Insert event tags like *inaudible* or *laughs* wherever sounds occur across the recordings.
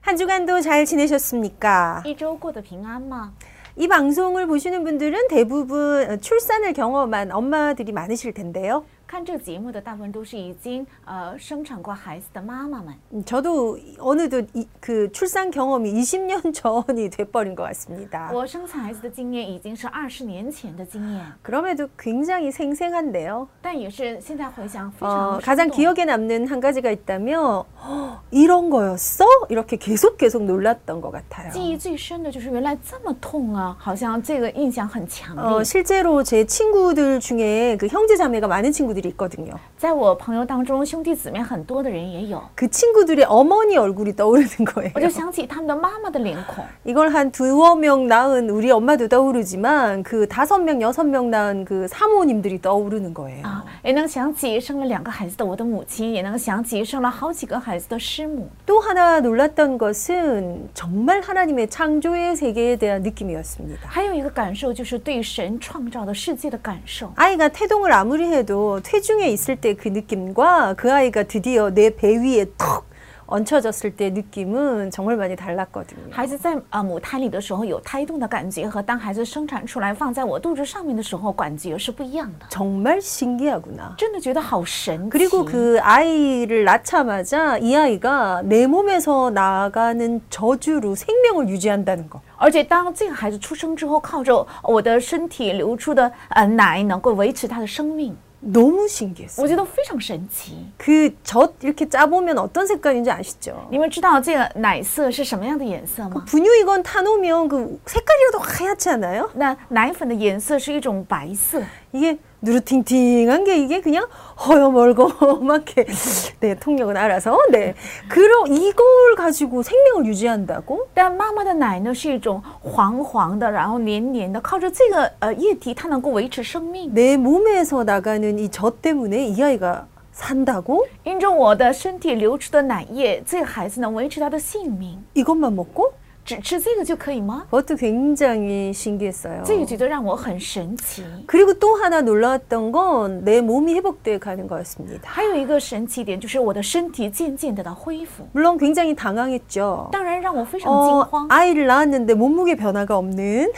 하루 잘 지내셨습니까? 一周过得平安吗？ 이 방송을 보시는 분들은 대부분 출산을 경험한 엄마들이 많으실 텐데요. 看这节目的大部分都是已经呃生产过孩子的妈妈们。 음, 저도 어느덧 이- 그 출산 경험이 20년 *laughs* 전이 돼버린 것 같습니다. 我生产孩子的经验已经是二十年前的经验， 그럼에도 굉장히 생생한데요. 但也是现在回想非 어, 常生 가장 动。 기억에 남는 한 가지가 있다면 "허, 이런 거였어? 이렇게 계속 계속 놀랐던 것 같아요. 记忆最深的就是原来这么痛啊，好像这个印象很强 어, 烈。 실제로 제 친구들 중에 그 형제 자매가 많은 친구들이 있거든요. 在我朋友当中，兄弟姊妹很多的人也有， 그 친구들의 어머니 얼굴이 떠오르는 거예요. 我就想起他们的妈妈的脸孔。 이걸 한 두어 명 낳은 우리 엄마도 떠오르지만 그 다섯 명 여섯 명 낳은 그 사모님들이 떠오르는 거예요. 啊，也能想起生了两个孩子的我的母亲，也能想起生了好几个孩子的师母。 또 하나 놀랐던 것은 정말 하나님의 창조의 세계에 대한 느낌이었습니다. 还有一个感受就是对神创造的世界的感受。 아이가 태동을 아무리 해도 퇴중에 있을 때 그 느낌과 그 아이가 드디어 내 배 위에 턱 얹혀졌을 때 느낌은 정말 많이 달랐거든요. 孩子在啊母胎里的时候有胎动的感觉，和当孩子生产出来放在我肚子上面的时候感觉是不一样的。 정말 신기하구나. 真的觉得好神奇。 그리고 그 아이를 낳자마자 이 아이가 내 몸에서 나가는 저주로 생명을 유지한다는 거. 而且当这个孩子出生之后，靠着我的身体流出的呃奶能够维持他的生命， 너무 신기했어요. 我觉得非常神奇。 그 젖 이렇게 짜보면 어떤 색깔인지 아시죠? 你们知道这个奶色是什么样的颜色哦吗？ 분유이건 타놓으면 그 색깔이라도 하얗지 않아요? 那奶粉的颜色是一种白色， 이게 누르팅팅한 게 이게 그냥 허여멀거맣게 *laughs* 네 통역은 알아서 네 그러 이걸 가지고 생명을 유지한다고 但妈妈的奶呢是一种黄黄的，然后黏黏的，靠着这个呃液体，它能够维持生命。 내 몸에서 나가는 이 젖 때문에 이 아이가 산다고 因着我的身体流出的奶液，这个孩子能维持他的性命。 이것만 먹고 只吃这个就可以吗？ 그것도 굉장히 신기했어요. 这个觉得让我很神奇。 그리고 또 하나 놀라웠던 건 내 몸이 회복돼 가는 거였습니다. 还有一个神奇点就是我的身体渐渐的到恢复， 물론 굉장히 당황했죠. 当然让我非常惊 어, 慌， 아이를 낳았는데 몸무게 변화가 없는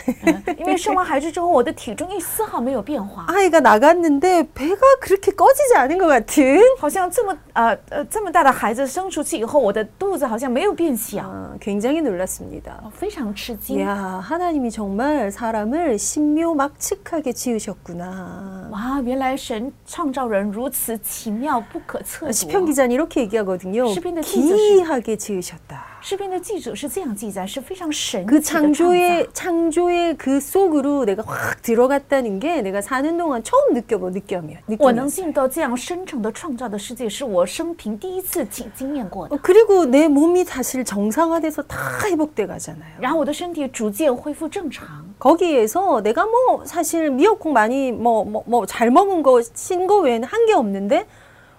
因为生完孩子之后我的体重一丝毫没有变化， *laughs* 아이가 나갔는데 배가 그렇게 꺼지지 않은 것 같은 好像这么呃呃这么大的孩子生出去以后，我的肚子好像没有变小， 아, 굉장히 놀랐습니다. 我非常吃惊。 이야 하나님이 정말 사람을 신묘막측하게 지으셨구나. 哇，原来神创造人如此奇妙不可测 시편 度。 기자는 이렇게 얘기하거든요. 시편의 기이하게 지으셨다. 诗篇的记者是这样记载，是非常神 그 奇的创造 창조의 창조의 그 속으로 내가 확 들어갔다는 게 내가 사는 동안 처음 느껴본 느낌이야. 我能 느낌이야. 进入到这样深层的创造的世界，是我生平第一次经经验过 *laughs* 的。 어, 그리고 내 몸이 사실 정상화돼서 다 회복돼 가잖아요. 然后我的身体逐渐恢复正常， 거기에서 내가 뭐 사실 미역국 많이 뭐 뭐 뭐 잘 먹은 거 신 거 외에는 한 게 없는데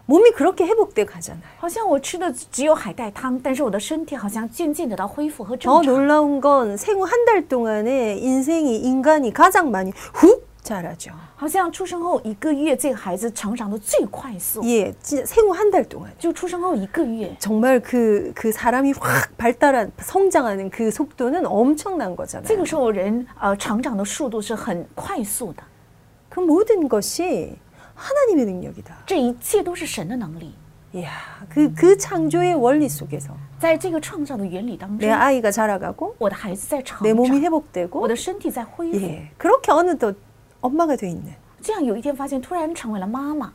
몸이 그렇게 회복돼 가잖아요. 好像我吃的只有海带汤，但是我的身体好像渐渐得到恢复和 더 正常。 놀라운 건 생후 한 달 동안에 인생이 인간이 가장 많이 훅 자라죠. 好像出生后一个月，这个孩子成长的最快速， 예, 진짜 생후 한 달 동안. 就出生后一个月。 정말 그, 그 사람이 확 발달한, 성장하는 그 속도는 엄청난 这 거잖아요. 个时候人呃成长的速度是很快速的， 그 모든 것이 하나님의 능력이다. 这一切都是神的能力。 이야, 그, 그 창조의 원리 속에서 在这个创造的原理当 내 中， 아이가 자라가고 我的孩子在成 내 몸이 长，我 회복되고 的身体在恢复。 예, 그렇게 어느덧 엄마가 돼 있는 这样有一天发现，突然成为了妈妈。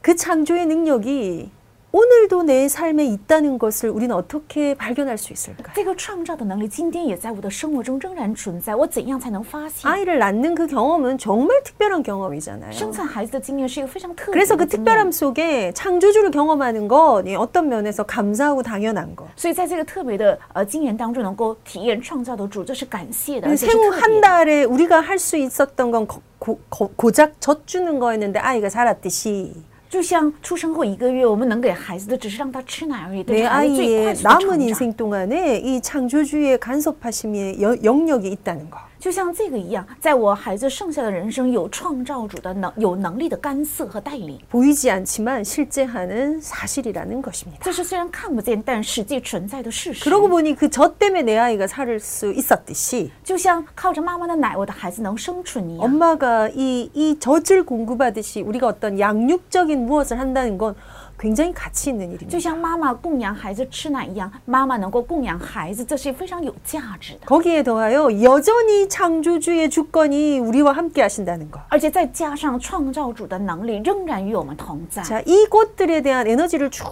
그 창조의 능력이 오늘도 내 삶에 있다는 것을 우리는 어떻게 발견할 수 있을까요? 这个创造的能力今天也在我的生活中仍然存在，我怎样才能发现？ 아이를 낳는 그 경험은 정말 특별한 경험이잖아요. 生产孩子的经验是一个非常特别 그래서 的 그 经验 특별함 。 속에 창조주를 경험하는 건 예, 어떤 면에서 감사하고 당연한 거. 所以在这个特别的呃经验当中，能够体验创造的主，这是感谢的，而且是그 생후 特别 한 的。 달에 우리가 할 수 있었던 건 거- 고, 작 젖주는 거였는데 아이가 자랐듯이 就像出生后一个月，我们能给孩子的只是让他吃奶而已，但 내 是孩子最快 아이의 速的 남은 成长。 인생 동안에 이 창조주의 간섭하심의 여- 영역이 있다는 거. 就像这个一样，在我孩子剩下的人生有创造主的能有能力的干涉和带领。 보이지 않지만 실제하는 사실이라는 것입니다. 这是虽然看不见，但实际存在的事实。 그러고 보니 그 저 때문에 내 아이가 살을 수 있었듯이 就像靠着妈妈的奶，我的孩子能生存一样。 엄마가 이, 이 젖을 공급하듯이 우리가 어떤 양육적인 무엇을 한다는 건 굉장히 가치 있는 就 일입니다. 像妈妈供养孩子吃奶一样，妈妈能够供养孩子，这是非常有价值的。 거기에 더하여 여전히 창조주의 주권이 우리와 함께 하신다는 것. 而且再加上创造主的能力仍然与我们同在。 자, 이것들에 대한 에너지를 쭉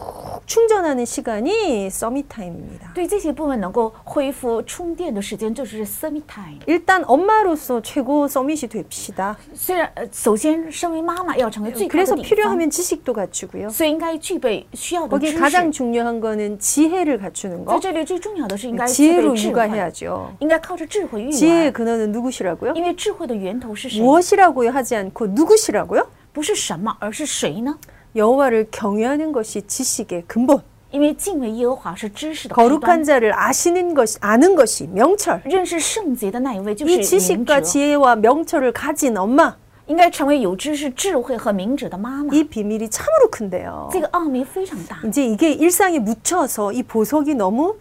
충전하는 시간이 서밋 타임입니다. 对这些部分能够恢复充电的时间，这就是 summit time。 일단 엄마로서 최고 서밋이 됩시다. 虽然呃，首先身为妈妈要成为最高 그래서 的顶峰， 필요하면 지식도 갖추고요. 所以应该具备需要的 거기 知 에 识。 가장 중요한 거는 지혜를 갖추는 在 거. 这里最重要的是应该具备 지혜로 智慧， 육아해야죠. 应该靠着智慧育 지혜의 儿。 근원은 누구시라고요? 因为智慧的源头 그렇죠. 是谁？ 무엇이라고요 하지 않고 누구시라고요? 不是什么，而是谁呢？ 여호와를 경외하는 것이 지식의 근본. 因为敬畏耶和华是知识的开端 거룩한 ， 자를 아시는 것이 아는 것이 명철. 认识圣洁的那一位就是 이 明 지식과 哲， 지혜와 명철을 가진 엄마. 应该成为有知识、智慧和明哲的妈妈。 이 비밀이 참으로 큰데요. 这个奥秘非常大， 이제 이게 일상에 묻혀서 이 보석이 너무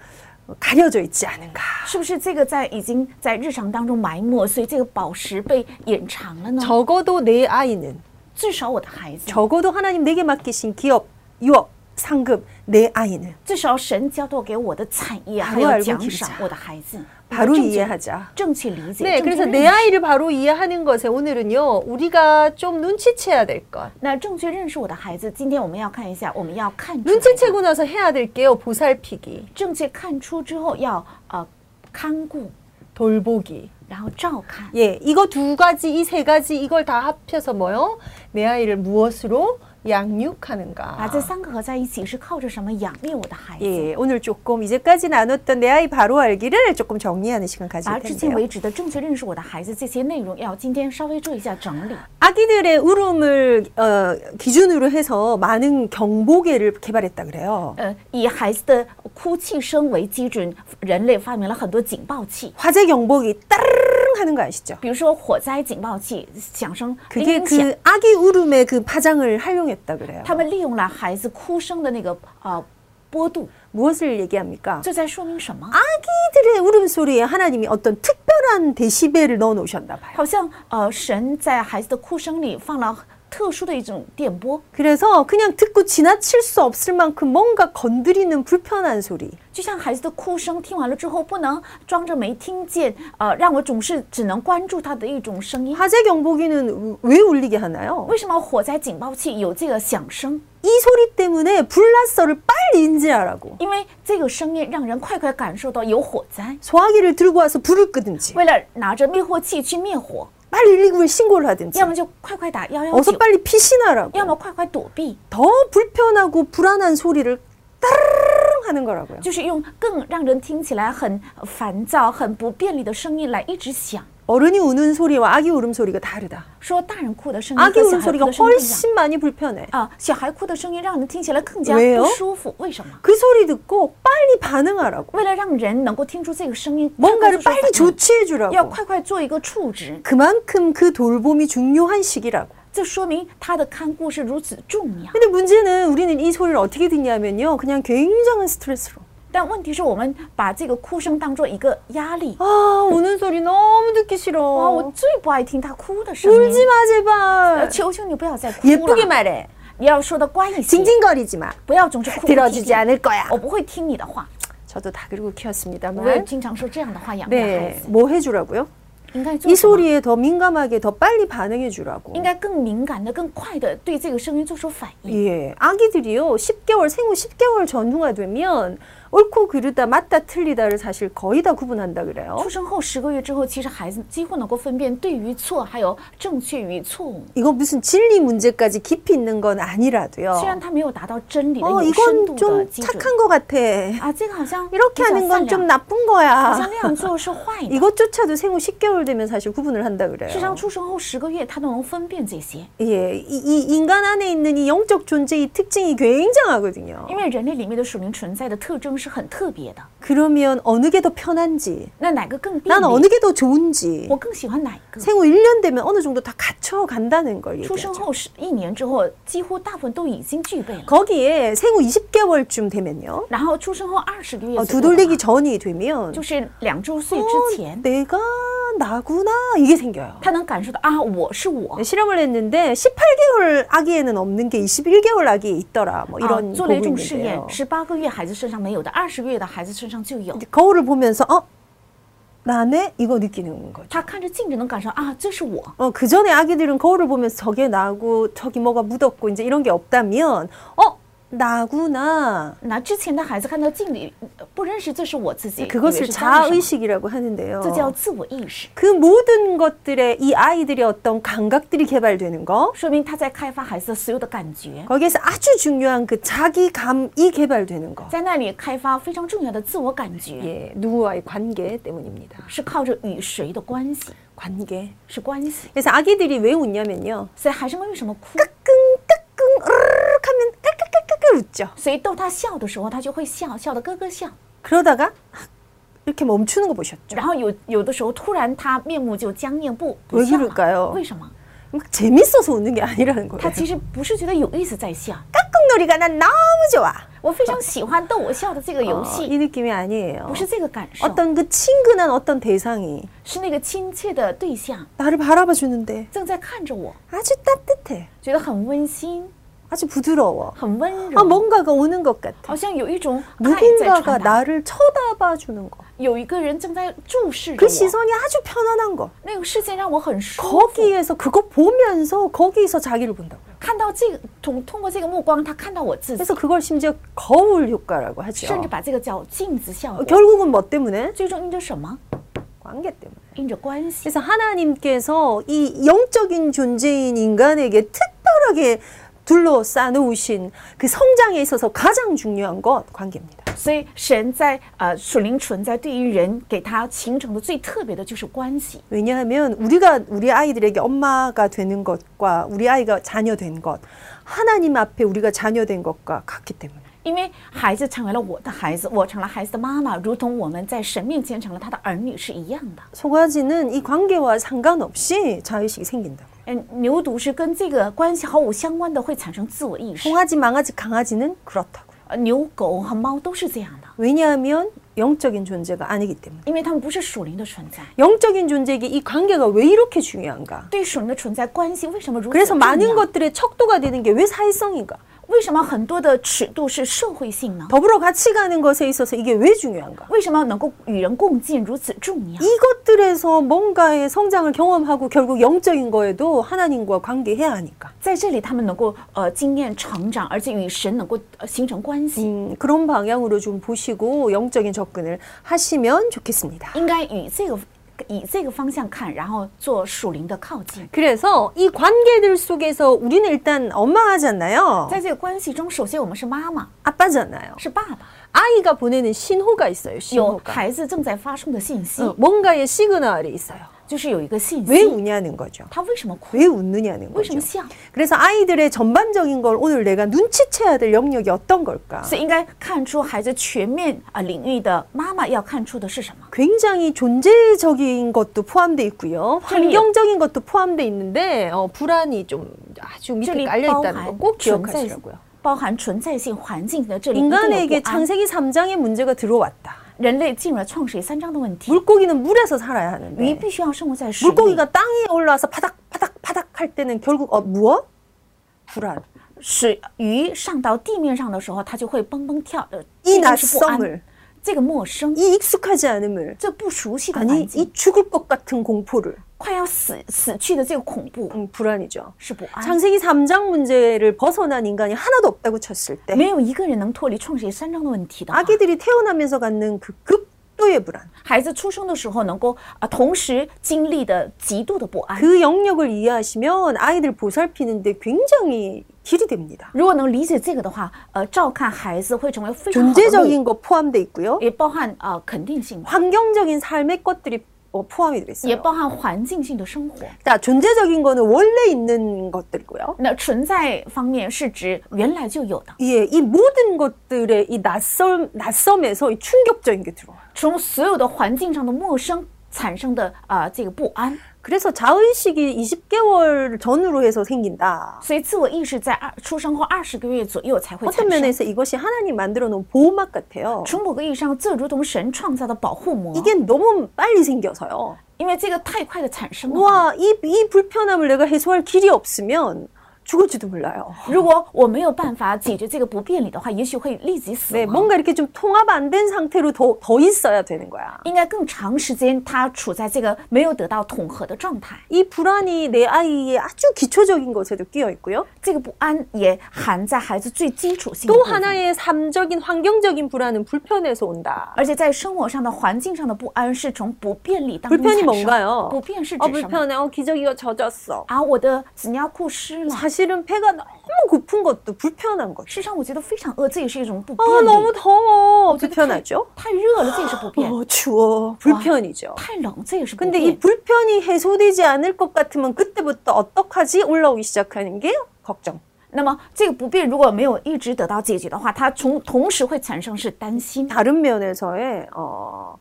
가려져 있지 않은가. 是不是这个在已经在日常当中埋没，所以这个宝石被隐藏了呢？ 적어도 내 아이는 至少我的孩子， 적어도 하나님 내게 맡기신 기업, 유업, 상급 내 아이는 至少神交托给我的产业还 바로알고 有奖 계자 赏，我的孩子， 바로 正确 이해하자. 正确理解， 네, 正确 그래서 认 내 识。 아이를 바로 이해하는 것에 오늘은요 우리가 좀 눈치채야 될 것. 那正确认识我的孩子，今天我们要看一下，我们要看出来的 눈치채고 나서 해야 될 게요 보살피기, 正确看出之后要呃看顾， 돌보기. 然后照看。 예, 이거 두 가지, 이 세 가지 이걸 다 합해서 뭐요? 내 아이를 무엇으로 把 양육하는가. 啊这三个合在一起是靠着什么养育我的孩子？ 예, 오늘 조금 이제까지 나눴던 내 아이 바로 알기를 조금 정리하는 시간 把 가질 至今 텐데요. 为止的正确认识我的孩子这些内容，要今天稍微做一下整理。 아기들의 울음을 어, 기준으로 해서 많은 경보계를 개발했다 그래요. 呃，以孩子的哭泣声为基准，人类发明了很多警报器， 화재 경보기 따르릉 하는 거 아시죠? 比如说火灾警报器响声、铃 그게 声哎响， 그 아기 울음의 그 파장을 활용했다 그래요. 他们利用了孩子哭声的那个呃波度， 무엇을 얘기합니까? 这在说明什么？ 아기들의 울음소리에 하나님이 어떤 특별한 데시벨을 넣어 놓으셨나 봐요. 好像呃神在孩子的哭声里放了特殊的一种电波， 그래서 그냥 듣고 지나칠 수 없을 만큼 뭔가 건드리는 불편한 소리. 就像孩子的哭声，听完了之后不能装着没听见，呃，让我总是只能关注他的一种声音。 화재 경보기는 왜 울리게 하나요? 为什么火灾警报器有这个响声？ 이 소리 때문에 불났어를 빨리 인지하라고. 因为这个声音让人快快感受到有火灾。 소화기를 들고 와서 불을 끄든지 为了拿着灭火器去灭火， 빨리 119에 신고를 하든지 要么就快快打幺幺 어서 九， 빨리 피신하라고. 要么快快躲避， 더 불편하고 불안한 소리를 따르릉 하는 거라고요. 就是用更让人听起来很烦躁、很不便利的声音来一直响。 어른이 우는 소리와 아기 울음 소리가 다르다. 说大人哭的声音 아기 和小 울음 孩哭 소리가 的声音不一样 훨씬 많이 불편해. 啊，小孩哭的声音让人听起来更加 왜요 不舒服。为什么？ 그 소리 듣고 빨리 반응하라고. 为了让人能够听出这个声音， 뭔가를 快快 빨리 做出反 조치해 应要 주라고. 快快做一个处置， 그만큼 그 돌봄이 중요한 시기라고. 这说明他的看顾是如此重要。 근데 문제는 우리는 이 소리를 어떻게 듣냐면요. 그냥 굉장한 스트레스로. 但问题是我们把这个哭声当做一个压力 아 우는 소리 너무 듣기 啊，我 아, 싫어. 最不爱听他哭的声音， 울지 어. 마 呃 제발. 求求你不要再哭 예쁘게 了， 말해. 你要说的乖一些， 징징거리지 마. 不要总是哭哭啼 들어주지 啼。 않을 거야. 我不会听你的话， 저도 다 그리고 我也 키웠습니다만. 经常说这样的话养育孩 네, 子， 뭐 해주라고요? 应该做 이 什么 소리에 더 민감하게 더 빨리 반응해 주라고. 应该更敏感的、更快的对这个声音做出反应。 예, 아기들이요 10개월 생후 10개월 전후가 되면 옳고 그르다 맞다 틀리다를 사실 거의 다 구분한다 그래요. 出生后十个月之后，其实孩子几乎能够分辨对与错，还有正确与错误。 이거 무슨 진리 문제까지 깊이 있는 건 虽然 아니라도요. 他没有达到真理的 어, 有深 이건 度的 좀 基准 착한 것 같아. 啊，这个好像 이렇게 比较 하는 善 건 좀 良， 나쁜 好像 거야. 那样做是坏 *laughs* 的。 이것조차도 생후 10개월 되면 사실 구분을 한다 事实 그래요. 上，出生后十个月，他都能分辨这些， 예, 이, 이 인간 안에 있는 이 영적 존재의 특징이 굉장하거든요. 因为人类里面的属灵存在的特征是很特别的。 그러면 어느 게 더 편한지, 那哪个更便 난 利？ 어느 게 더 좋은지, 我更喜欢哪一个？ 생후 1년 되면 어느 정도 다 갖춰 간다는 걸 出生 얘기하죠. 后是一年之后，几乎大部分都已经具备了。 거기에 생후 20개월쯤 되면요. 然后出生后二十个月 어, 左 두 右的话 돌리기 전이 되면 어, 就是两周岁之前， 내가 나구나 이게 생겨요. 네, 他能感受到啊，我是我。 실험을 했는데 18개월 아기에는 없는 게 21개월 아기에 있더라. 뭐 啊 이런 ，做了一 보고 种试验 있는데요. ，十八个月孩子身上没有的，二十个月的孩子身上就有 이제 。 거울을 보면서 어 나네 이거 느끼는 거죠. 他看着镜子能感受啊，这是我。 어, 그 전에 아기들은 거울을 보면서 저게 나고 저기 뭐가 묻었고 이제 이런 게 없다면 어 나구나 那之前的孩子看到镜里呃不认识这是我自己，以为 네, 그것을 是家里什 자아의식이라고 么这 하는데요. 叫自我意识， 그 모든 것들에 이 아이들의 어떤 감각들이 개발되는 거 说明他在开发孩子的所有的感觉， 거기에서 아주 중요한 그 자기감이 개발되는 거. 在那里开发非常重要的自我感觉， 예, 누구와의 관계 때문입니다. 是靠着与谁的关系， 관계. 是关系。 그래서 아기들이 왜 웃냐면요. 所以孩生们为什么哭？ 까꿍까꿍 으르륵 하면 깔깔깔깔깔 웃죠. 所以逗他笑的时候，他就会笑，笑得咯咯笑。 그러다가 학 이렇게 멈추는 거 보셨죠? 然后有有的时候突然他面目就僵硬不不 왜 笑 그럴까요 了，为什么？ 막 재밌어서 웃는 게 아니라는 他 거예요. 其实不是觉得有意思在笑， 까꿍놀이가 난 너무 좋아. 我非常喜欢逗我笑的这个 어, 游戏， 이 느낌이 아니에요. 不是这个感受， 어떤 그 친근한 어떤 대상이 是那个亲切的对象 나를 바라봐 주는데 正在看着我， 아주 따뜻해. 觉得很温馨， 아주 부드러워. 很温 아 柔， 뭔가가 오는 것 같아. 好像有一种爱在 누군가가 传达， 나를 쳐다봐 주는 거. 有一个人正在注视着 그 我， 시선이 아주 편안한 거. 那个视线让我很舒服， 거기에서 그거 보면서 거기서 자기를 본다고요. 看到这个通通过这个目光，他看到我自己， 그래서 그걸 심지어 거울 효과라고 甚 하죠. 至把这个叫镜子效 어, 果， 결국은 뭐 때문에? 最终因着什么？ 관계 때문에. 因着关系。 그래서 하나님께서 이 영적인 존재인 인간에게 특별하게 둘러싸 놓으신 그 성장에 있어서 가장 중요한 것 관계입니다. 所以神在呃属灵存在对于人给他形成的最特别的就是关系， 왜냐하면 우리가 우리 아이들에게 엄마가 되는 것과 우리 아이가 자녀 된 것, 하나님 앞에 우리가 자녀 된 것과 같기 때문에. 因为孩子成为了我的孩子，我成了孩子的妈妈，如同我们在神面前成了他的儿女是一样的。 소가지는 이 관계와 상관없이 자의식이 생긴다. 嗯，牛犊是跟这个关系毫无相关的，会产生自我意识。 송아지, 망아지, 강아지는 그렇다고요. 呃，牛、狗和猫都是这样的， 왜냐하면 영적인 존재가 아니기 때문에. 因为它们不是属灵的存在。 영적인 존재에게 이 관계가 왜 이렇게 중요한가? 对属灵的存在关系为什么如此 그래서 重要？ 많은 것들의 척도가 되는 게 왜 사회성인가? 为什么很多的尺度是社会性呢？ 더불어 같이 가는 것에 있어서 이게 왜 중요한가? 为什么能够与人共进如此重要？ 이것들에서 뭔가의 성장을 경험하고 결국 영적인 거에도 하나님과 관계해야 하니까. 在这里，他们能够呃经验成长，而且与神能够呃形成关系， 음, 그런 방향으로 좀 보시고 영적인 접근을 하시면 좋겠습니다. 应该以这个以这个方向看，然后做属灵的靠近。 그래서 이 관계들 속에서 우리는 일단 엄마잖아요. 在这个关系中，首先我们是妈妈， 아빠잖아요. 是爸哦爸， 아이가 보내는 신호가 있어요. 有 신호가. 孩子正在发送的信息， 어, 뭔가의 시그널이 있어요. 就是有一个信 왜 息， 우냐는 거죠. 他为什么哭， 왜 웃느냐는 为什 거죠. 么笑， 그래서 아이들의 전반적인 걸 오늘 내가 눈치채야 될 영역이 어떤 걸까? 所以应该看出孩子全面啊、领域的妈妈要看出的是什么。 굉장히 존재적인 것도 포함돼 있고요. 환경적인 것도 포함돼 있는데 어, 불안이 좀 아주 这 밑에 里 깔려 包 있다는 含 거 꼭 存在性 기억하시라고요. ，包含存在性环境的这里一定有不 인간에게 安， 창세기 3장의 문제가 들어왔다. 人类进入了创世三章的问题。 물고기는 물에서 살아야 鱼 하는데 必须要生活在水里， 물고기가 땅 위에 올라와서 바닥 바닥 바닥 할 때는 결국 어 무엇? 불안. 水鱼上到地面上的时候，它就会蹦蹦跳，呃， 이 心中是不 낯섦을 安。这个陌生， 이 익숙하지 않음을 这不熟悉的 아니 环境， 이 죽을 것 같은 공포를 快要死死去的这个恐怖 음, 불안이죠. 是不安。 창세기 3장 문제를 벗어난 인간이 하나도 없다고 쳤을 때 没有一个人能脱离创世纪三章的问题的话。 아기들이 태어나면서 갖는 그 극도의 불안, 孩子出生的时候能够啊，同时经历的极度的不安。 그 영역을 이해하시면 아이들 보살피는데 굉장히 길이 됩니다. 如果能理解这个的话，呃，照看孩子会成为非常好的路 예. 존재적인 거 포함돼 있고요. 也包含啊、呃肯定性的， 환경적인 삶의 것들이 어, 포함이 되어 있어요. 也包含环境性的生活。 자, 존재적인 거는 원래 있는 것들이고요. 那存在方面是指原来就有的， 예, 이 모든 것들의 이 낯설 낯섦에서 이 충격적인 게 들어와요. 从所有的环境上的陌生产生的啊、呃这个不安， 그래서 자의식이 20개월 전으로 해서 생긴다. 所以自我意识在二出生后二十个月左右才会产 어떤 生。 면에서 이것이 하나님 만들어 놓은 보호막 같아요. 从某个意义上，这如同神创造的保护膜， 이게 너무 빨리 생겨서요. 因为这个太快的产生了。 와, 이, 이 불편함을 내가 해소할 길이 없으면 죽을지도 몰라요. 如果我没有办法解决这个不便利的话，也许会立即死 네, 亡。 뭔가 이렇게 좀 통합 안 된 상태로 더, 더 있어야 되는 거야. 应该更长时间，他处在这个没有得到统合的状态。 이 불안이 내 아이의 아주 기초적인 것에도 끼어 있고요. 这个不安也含在孩子最基础性的 또 部分 하나의 삶적인 환경적인 불안은 불편에서 온다. 而且在生活上的环境上的不安是从不便利当中 불편이 产生的。 뭔가요? 哦不便是 어, 指什么？ 불편해. 어, 기저귀가 젖었어. 啊，我的纸尿裤湿了。 사실은 배가 너무 고픈 것도 불편한 것. 事实上，我觉得非常饿，这也是一种不便 어, 利。 너무 더워. 觉得太 불편하죠? 太热了，这也是不便； 어, 추워. 불편이죠. 太冷，这也是不 근데 이 便。 불편이 해소되지 않을 것 같으면 그때부터 어떡하지? 올라오기 시작하는 게 걱정. 那么，这个不便如果没有一直得到解决的话，它从同时会产生是担心， 다른 면에서의 어,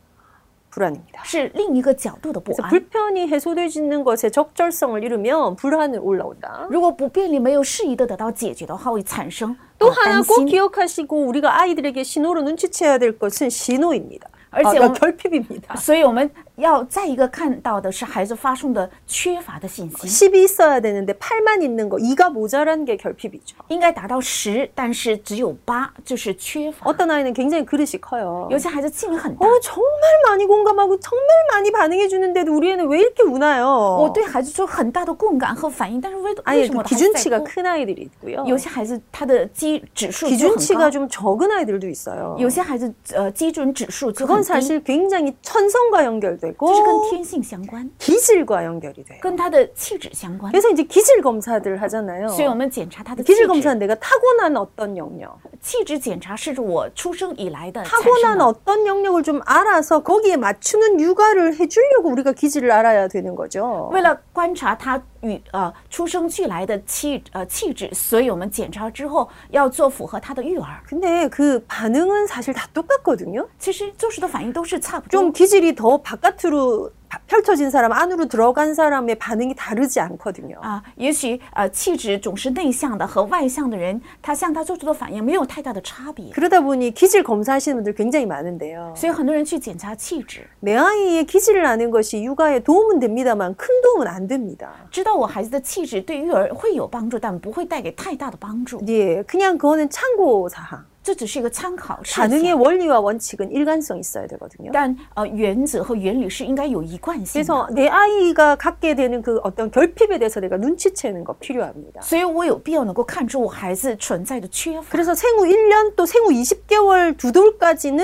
불안입니다. 是另一个角度的不 그래서 安。 불편이 해소되는 것에 적절성을 잃으면 불안을 올라온다. 如果不便利没有适宜的得到解决的话，会产生 또 呃 하나 担 꼭 心。 기억하시고 우리가 아이들에게 신호로 눈치채야 될 것은 신호입니다. 아, 알지, 나 엄마. 결핍입니다. 所以我们要再一个看到的是孩子发送的缺乏的信息， 10이 있어야 되는데 8만 있는 거, 2가 모자란 게 결핍이죠. 应该达到十，但是只有八，就是缺乏。 어떤 아이는 굉장히 그릇이 커요. 有些孩子气力很大， 어, 정말 많이 공감하고 정말 많이 반응해 주는데도 우리 애는 왜 이렇게 우나요? 我对孩子做很大的共感和反应，但是为为 아예 什 그 么我的孩子在 기준치가 哭 큰 아이들이 있고요. 有些孩子他的基指数就很 기준치가 高， 좀 적은 아이들도 있어요. 有些孩子呃基准指数就很 그건 低，这 사실 굉장히 천성과 是跟 연결되고 天性相关， 기질과 연결이 돼요. 跟他的气质相关。 그래서 이제 기질 검사들 하잖아요. 所以我们检查他的气 기질 质， 검사는 네, 내가 타고난 어떤 영역, 气质检查是指我出生以来的产生 타고난 的。 어떤 영역을 좀 알아서 거기에 맞추는 육아를 해주려고 우리가 기질을 알아야 되는 거죠. 为了观察他与呃出生俱来的气呃气质，所以我们检查之后要做符合他的育儿。 근데 그 반응은 사실 다 똑같거든요. 其实做出的反应都是差不多 좀 。 기질이 더 바깥으로 바- 펼쳐진 사람, 안으로 들어간 사람의 반응이 다르지 않거든요. 啊，也许呃，气质总是内向的和外向的人，他向他做出的反应没有太大的差别， 그러다 보니 기질 검사하시는 분들 굉장히 많은데요. 所以很多人去检查气质， 내 아이의 기질을 아는 것이 육아에 도움은 됩니다만 큰 도움은 안 됩니다. 知道我孩子的气质对育儿会有帮助，但不会带给太大的帮助， 예, 그냥 그거는 참고 사항. 这只是一个参考事 반응의 项。 원리와 원칙은 일관성 있어야 되거든요. 但呃，原则和原理是应该有一贯性的， 그래서 내 아이가 갖게 되는 그 어떤 결핍에 대해서 내가 눈치채는 거 필요합니다. 所以我有必要能够看出我孩子存在的缺乏。 그래서 생후 1년 또 생후 20개월 두 돌까지는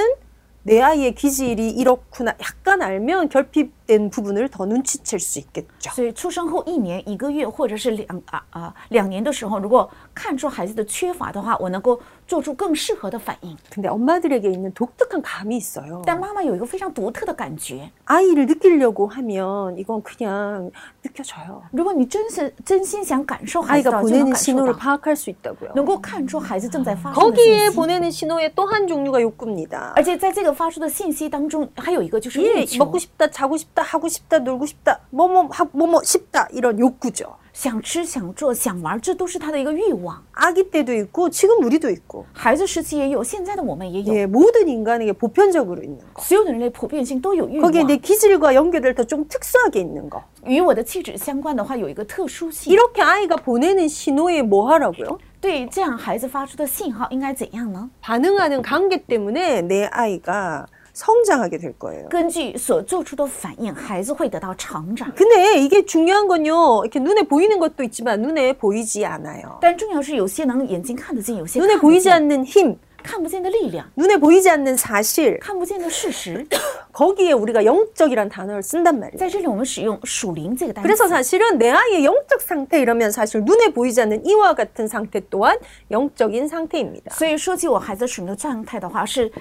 내 아이의 기질이 이렇구나 약간 알면 결핍된 부분을 더 눈치챌 수 있겠죠. 所以出生后一年、一个月或者是两啊啊两年的时候，如果看出孩子的缺乏的话，我能够做出更适合的反应。 근데 엄마들에게 있는 독특한 감이 있어요. 但妈妈有一个非常独特的感觉。 아이를 느끼려고 하면 이건 그냥 느껴져요. 如果你真是真心想感受孩子 아이가 的，就能 보내는 感受 신호를 到， 파악할 수 있다고요. 能够看出孩子正在发出的 거기에 信息。 보내는 신호의 또 한 종류가 욕구입니다. 而且在这个发出的信息当中，还有一个就是欲 예, 求 먹고 ， 싶다, 자고 싶다, 하고 싶다, 놀고 싶다, 뭐뭐 하- 뭐뭐 싶다 이런 욕구죠. 想吃、想做、想玩，这都是他的一个欲望。 아기 때도 있고 지금 우리도 있고. 孩子时期也有，现在的我们也有， 예, 모든 인간에게 보편적으로 있는 거. 所有的人类普遍性都有欲 거기에 望。 내 기질과 연결돼서 좀 특수하게 있는 거. 与我的气质相关的话，有一个特殊性。 이렇게 아이가 보내는 신호에 뭐 하라고요? 对这样孩子发出的信号应该怎样呢？ 반응하는 관계 때문에 내 아이가 성장하게 될 거예요. 根据所做出的反应，孩子会得到成长。 근데 이게 중요한 건요. 이렇게 눈에 보이는 것도 있지만 눈에 보이지 않아요. 但重要是有些能眼睛看得见，有些 눈에 看不 보이지 见， 않는 힘, 看不见的力量， 눈에 보이지 않는 사실, 看不见的事实。 거기에 우리가 영적이란 단어를 쓴단 말이에요. 在这里，我们使用“属灵”这个单 그래서 词。 사실은 내 아이의 영적 상태 이러면 사실 눈에 보이지 않는 이와 같은 상태 또한 영적인 상태입니다. 所以说起我孩子属灵的状态的话，是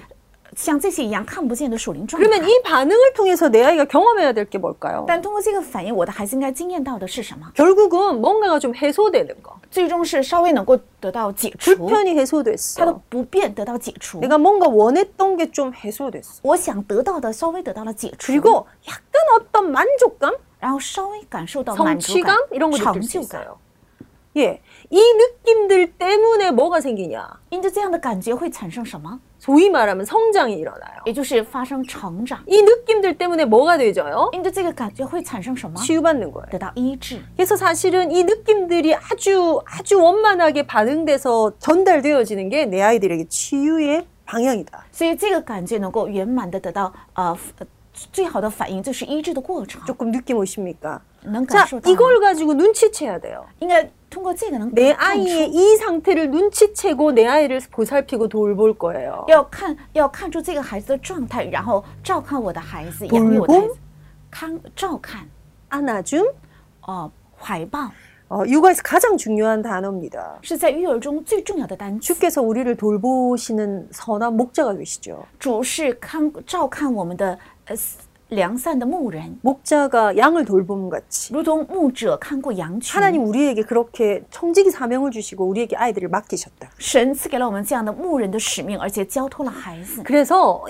像这些一样看不见的属灵状态。 그러면 이 반응을 통해서 내 아이가 경험해야 될 게 뭘까요? 但通过这个反应，我的孩子应该惊艳到的是什么？ 결국은 뭔가가 좀 해소되는 거. 最终是稍微能够得到解除， 불편이 他的 해소됐어. 不便得到解除， 내가 뭔가 원했던 게 좀 해소됐어. 我想得到的稍微得到了解除， 그리고 약간 어떤 만족감, 然后稍微感受 어, 到满足感 성취감 、 이런 거 成 느낄 수 就感。 있어요. 예, 이 느낌들 때문에 뭐가 생기냐? 因着这样的感觉会产生什么？ 소위 말하면 성장이 일어나요. 也就是发生成长。 이 느낌들 때문에 뭐가 되죠요? 因着这个感觉会产生什么？ 치유받는 거예요. 得到医治。 그래서 사실은 이 느낌들이 아주 아주 원만하게 반응돼서 전달되어지는 게 내 아이들에게 치유의 방향이다. 所以这个感觉能够圆满的得到呃呃最好的反应，就是医治的过程， 조금 느낌 오십니까? 能感 자 受到。 이걸 가지고 눈치채야 돼요. 应该通过这个能 내 看出 아이의 이 상태를 눈치채고 내 아이를 보살피고 돌볼 거예요. 要看要看出这个孩子的状态，然后照看我的孩子，养育我的 볼 孩 고 子，看照看 안아줌. 哦、怀抱 어, 육아에서 가장 중요한 단어입니다. 是在育儿中最重要的单词。 주께서 우리를 돌보시는 선한 목자가 되시죠. 主是看照看我们的呃良善的牧人， 목자가 양을 돌봄 같이 如同牧者看顾羊群。 하나님 우리에게 그렇게 청지기 사명을 주시고 우리에게 아이들을 맡기셨다. 神赐给了我们这样的牧人的使命，而且交托了孩子。 그래서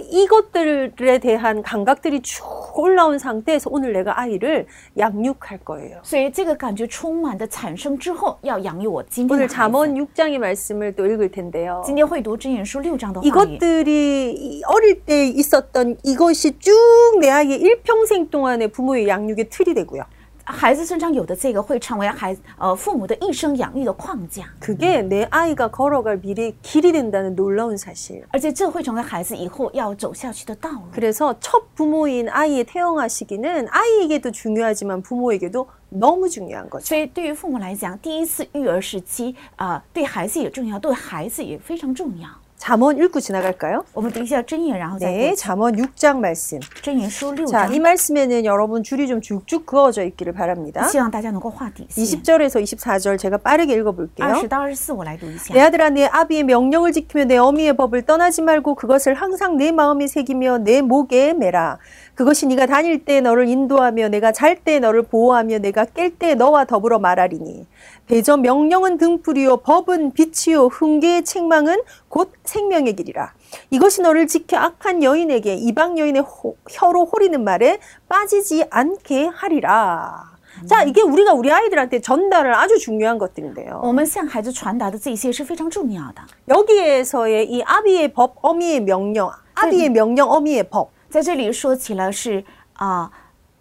이것들에 대한 감각들이 쭉 올라온 상태에서 오늘 내가 아이를 양육할 거예요. 所以这个感觉充满的产生之后，要养育我今天 오늘 的孩子。 잠언 6장의 말씀을 또 읽을 텐데요. 今天会读《真言书》六章的话语， 이것들이 이 어릴 때 있었던 이것이 쭉 내 아이의 일평생 동안의 부모의 양육의 틀이 되고요. 孩子身上有的这个会成为孩子呃父母的一生养育的框架， 그게 내 아이가 걸어갈 미래의 길이 된다는 놀라운 사실. 而且这会成为孩子以后要走下去的道路。 그래서 첫 부모인 아이의 태영하시기는 아이에게도 중요하지만 부모에게도 너무 중요한 거죠. 所以对于父母来讲，第一次育儿时期啊、对孩子也重要，对孩子也非常重要。 잠언 읽고 지나갈까요? 我们读一下真言，然后再 네, 读 잠언 6장 말씀. 真言书六 자, 章 이 ， 말씀에는 여러분 줄이 좀 쭉쭉 그어져 있기를 바랍니다. 希望大家能够画底线。 20절에서 24절 제가 빠르게 二 읽어볼게요. 十到二十四，我来读一下 내 。 아들아 내 아비의 명령을 지키며 내 어미의 법을 떠나지 말고 그것을 항상 내 마음에 새기며 내 목에 매라. 그것이 네가 다닐 때 너를 인도하며 내가 잘 때 너를 보호하며 내가 깰 때 너와 더불어 말하리니 대저 명령은 등불이요 법은 빛이요 훈계의 책망은 곧 생명의 길이라. 이것이 너를 지켜 악한 여인에게 이방 여인의 호- 혀로 호리는 말에 빠지지 않게 하리라. 자, 이게 우리가 우리 아이들한테 전달을 아주 중요한 것들인데요. 我们向孩子传达的这些是非常重要的。 여기에서의 이 아비의 법, 어미의 명령, 아비의 명령, 어미의 법. 在这里说起了是啊、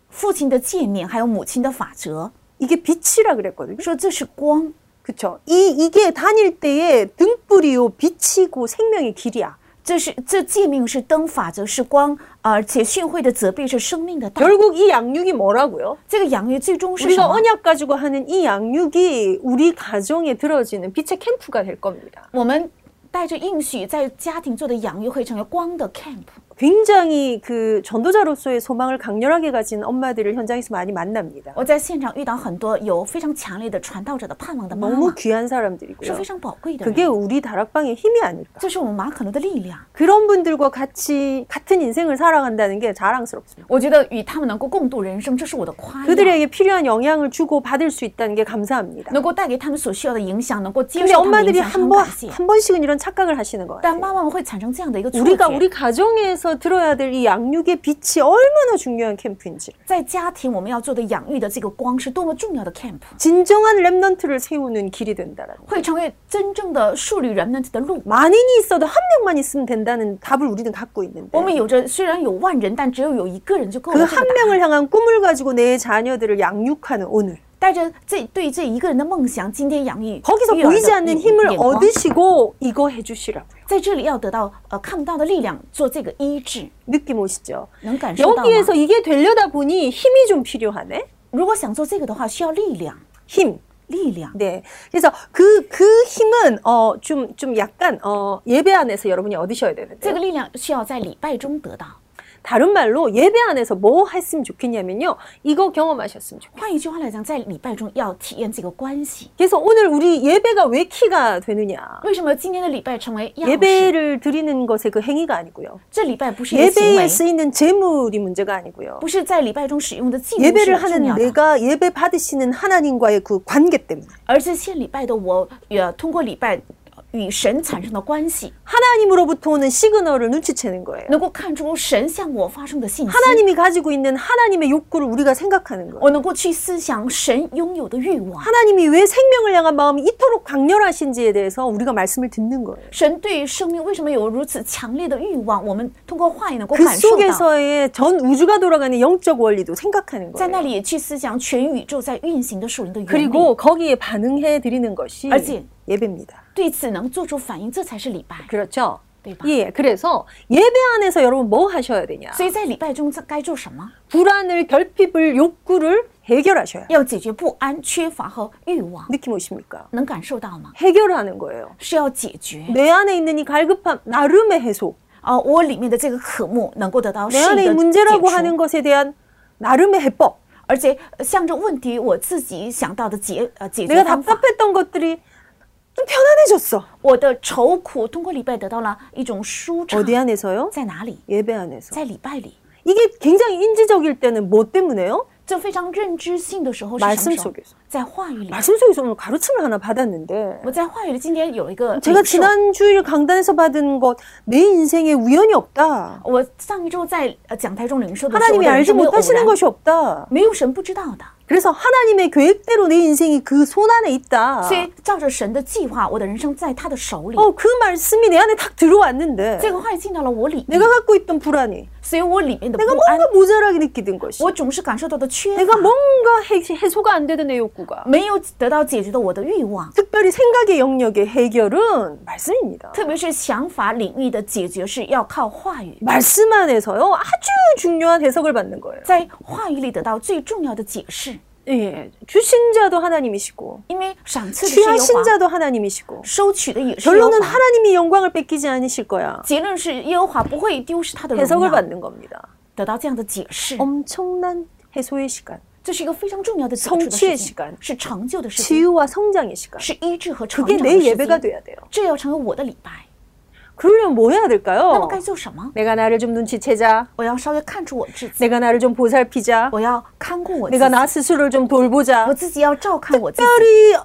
父亲的诫命，还有母亲的法则， 이게 빛이라 그랬거든요. 说这是光， 그렇죠. 이 이게 다닐 때에 등불이요 빛이고 생명의 길이야. 这是这诫命是灯，法则是光，而且训诲的责备是生命的道。 결국 이 양육이 뭐라고요? 这个养育最终是什 우리가 么？ 언약 가지고 하는 이 양육이 우리 가정에 들어지는 빛의 캠프가 될 겁니다. 我们带着应许在家庭做的养育会成为光的 camp。 굉장히 그 전도자로서의 소망을 강렬하게 가진 엄마들을 현장에서 많이 만납니다. 我在现场遇到很多有非常强烈的传道者的盼望的妈 너무 妈， 귀한 是 사람들이고요. 非常宝贵的人。 그게 우리 다락방의 힘이 아닐까. 这是我们马可罗的力量。 그런 분들과 같이 같은 인생을 살아간다는 게 자랑스럽습니다. 我觉得与他们能够共度人生，这是我的夸耀。 그들에게 필요한 영향을 주고 받을 수 있다는 게 감사합니다. 能够带给他们所需要的影响，能够接 근데 受他们的 엄마들이 影响，很 한 번 感谢。 한 번씩은 이런 착각을 하시는 것 같아요. 但妈妈们会产生这样的一个错 우리가 觉， 우리 가정에서 들어야 될 이 양육의 빛이 얼마나 중요한 캠프인지 在家庭我们要做的养育的这个光是多么重要的 camp， 진정한 랩넌트를 세우는 길이 된다라는 거. 会成为真正的树立人们的路。 만인이 있어도 한 명만 있으면 된다는 답을 우리는 갖고 있는데 我们有着虽然有万人，但只有有一个人就够了。 그 这个 한 答 명을 향한 꿈을 가지고 내 자녀들을 양육하는 오늘 带着这对这一个人的梦想，今天养育 거기서 育儿的 보이지 뭐? 않는 眼 힘을 眼光 얻으시고 이거 해주시라고요. 在这里要得到呃看不到的力量，做这个医治， 느낌 오시죠? 能感受到吗？ 여기에서 이게 되려다 보니 힘이 좀 필요하네. 如果想做这个的话，需要力量， 힘. 力量。 네. 그래서 그 그 힘은 어좀 좀 약간 어 예배 안에서 여러분이 얻으셔야 这 되는데 个力量需要在礼拜中得到。 다른 말로 예배 안에서 뭐 했으면 좋겠냐면요. 이거 경험하셨으면 좋겠어요. 换一句话来讲，在礼拜中要体验这个关系。 그래서 오늘 우리 예배가 왜 키가 되느냐. 为什么今天的礼拜成为钥匙？ 예배를 드리는 것의 그 행위가 아니고요. 这礼拜不是一个行为 예배에 ， 쓰이는 재물이 문제가 아니고요. 不是在礼拜中使用的技能是 예배를 重 하는 要的， 내가 예배 받으시는 하나님과의 그 관계 때문에 而是献礼拜的我，也通过礼拜与神产生的关系， 하나님으로부터 오는 시그널을 눈치채는 거예요. 能够看出神向我发生的信息， 하나님이 가지고 있는 하나님의 욕구를 우리가 생각하는 거예요. 我能够去思想神拥有的欲望， 하나님이 왜 생명을 향한 마음이 이토록 강렬하신지에 대해서 우리가 말씀을 듣는 거예요. 神对生命为什么有如此强烈的欲望？我们通过话语能够 그 感受到。 속에서의 전 우주가 돌아가는 영적 원리도 생각하는 在那 거예요. 里去思想全宇宙在运行的属灵的原理， 그리고 거기에 반응해 드리는 것이 알지? 예배입니다. 对此能做出反应，这才是礼拜， 그렇죠? 对吧？ 예, 그래서 예배 안에서 여러분 뭐 하셔야 되냐? 所以在礼拜中该做什么？ 불안을 결핍을 욕구를 해결하셔야 해요. 要解决不安、缺乏和欲望， 느낌 오십니까? 能感受到吗？ 해결하는 거예요. 是要解决 내 안에 있는 이 갈급함 나름의 해소, 啊、我里面的这个渴慕能够得到 내 适 안에 的 이 解 문제라고 除， 하는 것에 대한 나름의 해법, 而且呃向着问题我自己想到的解呃解决 내가 方法， 답답했던 것들이 좀 편안해졌어. 我的愁苦通过礼拜得到了一种舒畅， 어디 안에서요? 在哪里？ 예배 안에서. 在礼拜里， 이게 굉장히 인지적일 때는 뭐 때문에요? 这非常认知性的时候 말씀 是什么时候 속에서 ？在话语里。 말씀 속에서 오늘 가르침을 하나 받았는데 我在话语里今天有一个嗯 제가 领受 지난 주일 강단에서 받은 것 내 인생에 우연이 없다. 我上一周在呃讲台中领受的时候，我 하나님이 的人 알지 生没有偶 못하시는 然， 것이 없다. 没有神不知道的， 그래서 하나님의 계획대로 내 인생이 그 손 안에 있다. 所以照着神的计划，我的人生在他的手里。 어, 그 말씀이 내 안에 딱 들어왔는데 这个话语进到了我里面， 내가 갖고 있던 불안이 所以我里面的 내가 不安， 뭔가 모자라게 느끼던 것이 我总是感受到的缺뭐 내가 乏， 뭔가 해, 해소가 안 되던 내 욕구가 没有得到解决的我的欲望， 특별히 생각의 영역의 해결은 말씀입니다. 特别是想法领域的解决是要靠话语， 말씀 안에서요 아주 중요한 해석을 받는 거예요. 在话语里得到最重要的解释， 예, 주신 자도 하나님이시고 因为赏赐的是耶和 취하신 华， 자도 하나님이시고 收取的也是耶和 결론은 华。 하나님이 영광을 뺏기지 않으실 거야. 结论是耶和华不会丢失他的荣 해석을 耀， 받는 겁니다. 得到这样的解释。 엄청난 예. 해소의 시간, 这是一个非常重要的解除 성취의 的事 시간 情，是成就的事情， 치유와 성장의 시간. 是医治和成长 그게 的 내 事 예배가 情。 돼야 돼요. 这要成为我的礼拜， 그러려면 뭐 해야 那 될까요? 么该做什么？ 내가 나를 좀 눈치채자. 我要稍微看出我自己， 내가 나를 좀 보살피자. 我要看顾我自己 내가 ，나 스스로를 좀 돌보자. 我自己要照看我自己。 특별히 뭐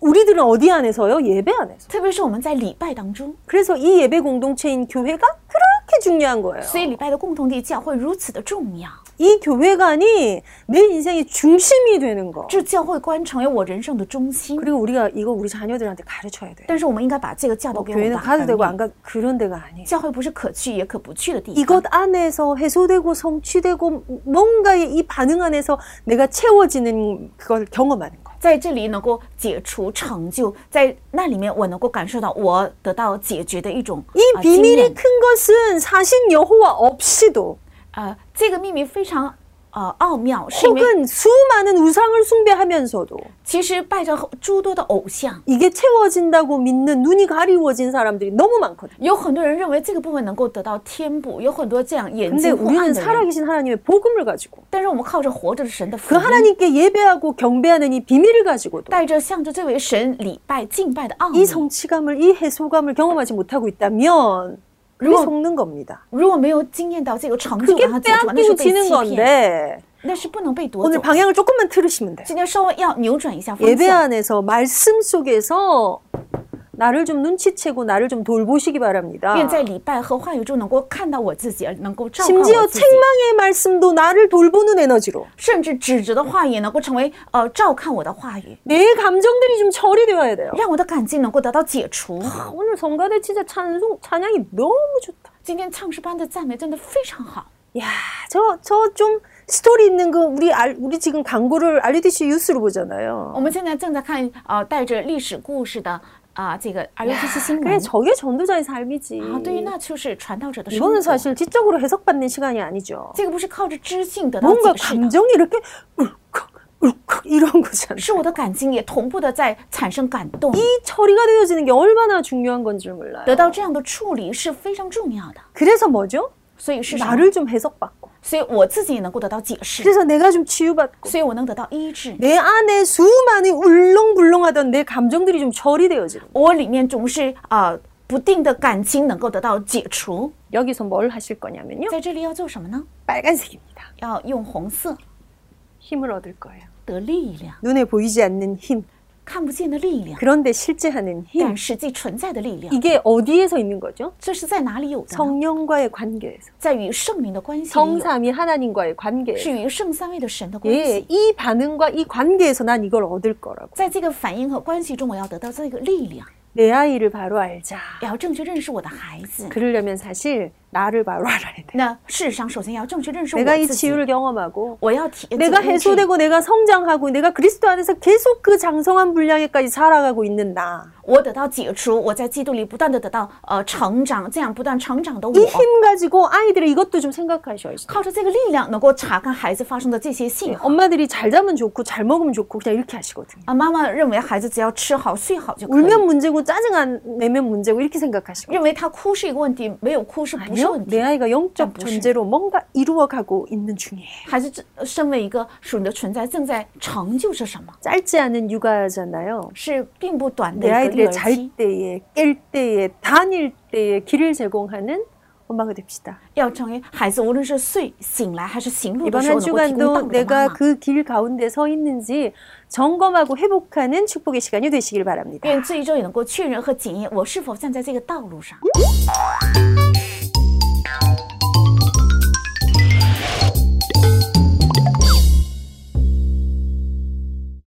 우리들은 어디 안에서요? 예배 안에서. 特别是我们在礼拜当中， 그래서 이 예배 공동체인 교회가 그렇게 중요한 거예요. 所以礼拜的共同地教会如此的重要， 이 교회관이 내 인생의 중심이 되는 거. 这教会观成为我人生的中心。 그리고 우리가 이거 우리 자녀들한테 가르쳐야 돼. 뭐 但是我们应该把这个教导给我们 네. 교회는 的 가도 孩 되고 子。 안 가 그런 데가 아니에요. 教会不是可去也可不去的地方， 이것 안에서 해소되고 성취되고 뭔가의 이 반응 안에서 내가 채워지는 그걸 경험하는 거. 在这里能够解除成就，在那里面我能够感受到我得到解决的一种 이 呃经 비밀이 验。 큰 것은 사신 여호와 없이도 呃，这个秘密非常呃奥妙，是因为 혹은 수많은 우상을 숭배하면서도 其实拜着诸多的偶像， 이게 채워진다고 믿는 눈이 가리워진 사람들이 너무 많거든. 有很多人认为这个部分能够得到填补，有很多这样眼 근데 睛昏暗 우리는 的人。 살아계신 하나님의 복음을 가지고 但是我们靠着活着的神的福 그 音， 하나님께 예배하고 경배하는 이 비밀을 가지고도 带着向着这位神礼拜敬拜的奥 이 秘， 성취감을 이 해소감을 경험하지 못하고 있다면 우리 그럼- 속는 겁니다. 如果没有经验到这个成就， 그게 然后解除，那 빼앗기고 是 아, 被 지는 欺骗， 건데 那是不能被夺 오늘 走。 방향을 조금만 틀으시면 돼. 今天稍微要扭转一下方 예배 向。 안에서 말씀 속에서 나를 좀 눈치채고 나를 좀 돌보시기 바랍니다. 愿在礼拜和话语中能够看到我自己，而能够照看我 심지어 自己， 책망의 말씀도 나를 돌보는 에너지로 甚至指责的话也能够成为呃照看我的话语， 내 감정들이 좀 처리되어야 돼요. 让我的感情能够得到解除。 아, 오늘 성가대 진짜 찬송 찬양이 너무 좋다. 今天唱诗班的赞美真的非常好， 야, 저 저 좀 스토리 있는 그 우리 알, 우리 지금 광고를 RDC 뉴스로 我 보잖아요. 们现在正在看呃带着历史故事的啊、这个 RUTC 新 그래 闻 저게 전도자의 삶이지. 啊，对于那就是传道者的生 이거는 活， 사실 지적으로 해석받는 시간이 아니죠. 这个不是靠着知性得到 뭔가 解释的， 감정이 이렇게 울컥 울컥 이런 거잖아. 是我的感情也同步的在产生感动， 이 처리가 되어지는 게 얼마나 중요한 건지 몰라요. 得到这样的处理是非常重要的。 그래서 뭐죠? 所以是什么？ 나를 좀 해석받고 所以我自己也能够得到解释， 그래서 내가 좀 치유받고 所以我能得到医治。 내 안에 수많이 울렁불렁하던 내 감정들이 좀 처리되어지는 我里面总是啊、呃不定的感情能够得到解除。 여기서 뭘 하실 거냐면요 在这里要做什么呢？ 빨간색입니다 要用红色 힘을 얻을 거예요 得力量， 눈에 보이지 않는 힘 看不见的力量， 그런데 실제 하는 힘 但实际存在的力量， 네. 이게 어디에서 있는 거죠? 这是在哪里 네. 有的呢？ 성령과의 관계에서 在与圣灵的关系里有， 성삼위 하나님과의 관계에서 是与圣三位的神的关 예, 系。 이 반응과 이 관계에서 난 이걸 얻을 거라고 在这个反应和关系中，我要得到这个力量， 내 아이를 바로 알자 也要正确认识我的孩子。 그러려면 사실 나를 바로 알아야 돼 那事实上，首先要正确认识我 내가 이 自己， 치유를 경험하고 我要体， 내가 怎么去 해소되고 내가 성장하고 내가 그리스도 안에서 계속 그 장성한 분량에까지 살아가고 있는 나. 我得到解除，我在基督里不断的得到呃成长，这样不断成长的我， 이 힘 가지고 아이들의 이것도 좀 생각하셔야지. 靠着这个力量能够查看孩子发生的这些信号。 엄마들이 잘 자면 좋고 잘 먹으면 좋고 그냥 이렇게 하시거든요. 啊，妈妈认为孩子只要吃好睡好就可以， 울면 문제고 짜증 안 내면 문제고 이렇게 생각하시거든요. 认为他哭是一个问题，哎没有哭是不是 아니요, 내问题。 아이가 아, 영적 무슨- 존재로 뭔가 이루어가고 있는 중이에요. 孩子这身为一个属灵的存在，正在成就是什么？ 짧지 않은 육아잖아요. 是并不短的 내 一 아이들의 个育儿期 잘 ， 때에, 깰 때에, 다닐 때에 길을 제공하는 엄마가 됩시다. 要成为孩子无论是睡醒来还是行路的 이번 时候 한 能够提供道 주간도 路的妈 내가 妈。 그 길 가운데 서 있는지 점검하고 회복하는 축복의 시간이 되시길 바랍니다. 愿这一周也能够确认和检验我是否站在这个道路上。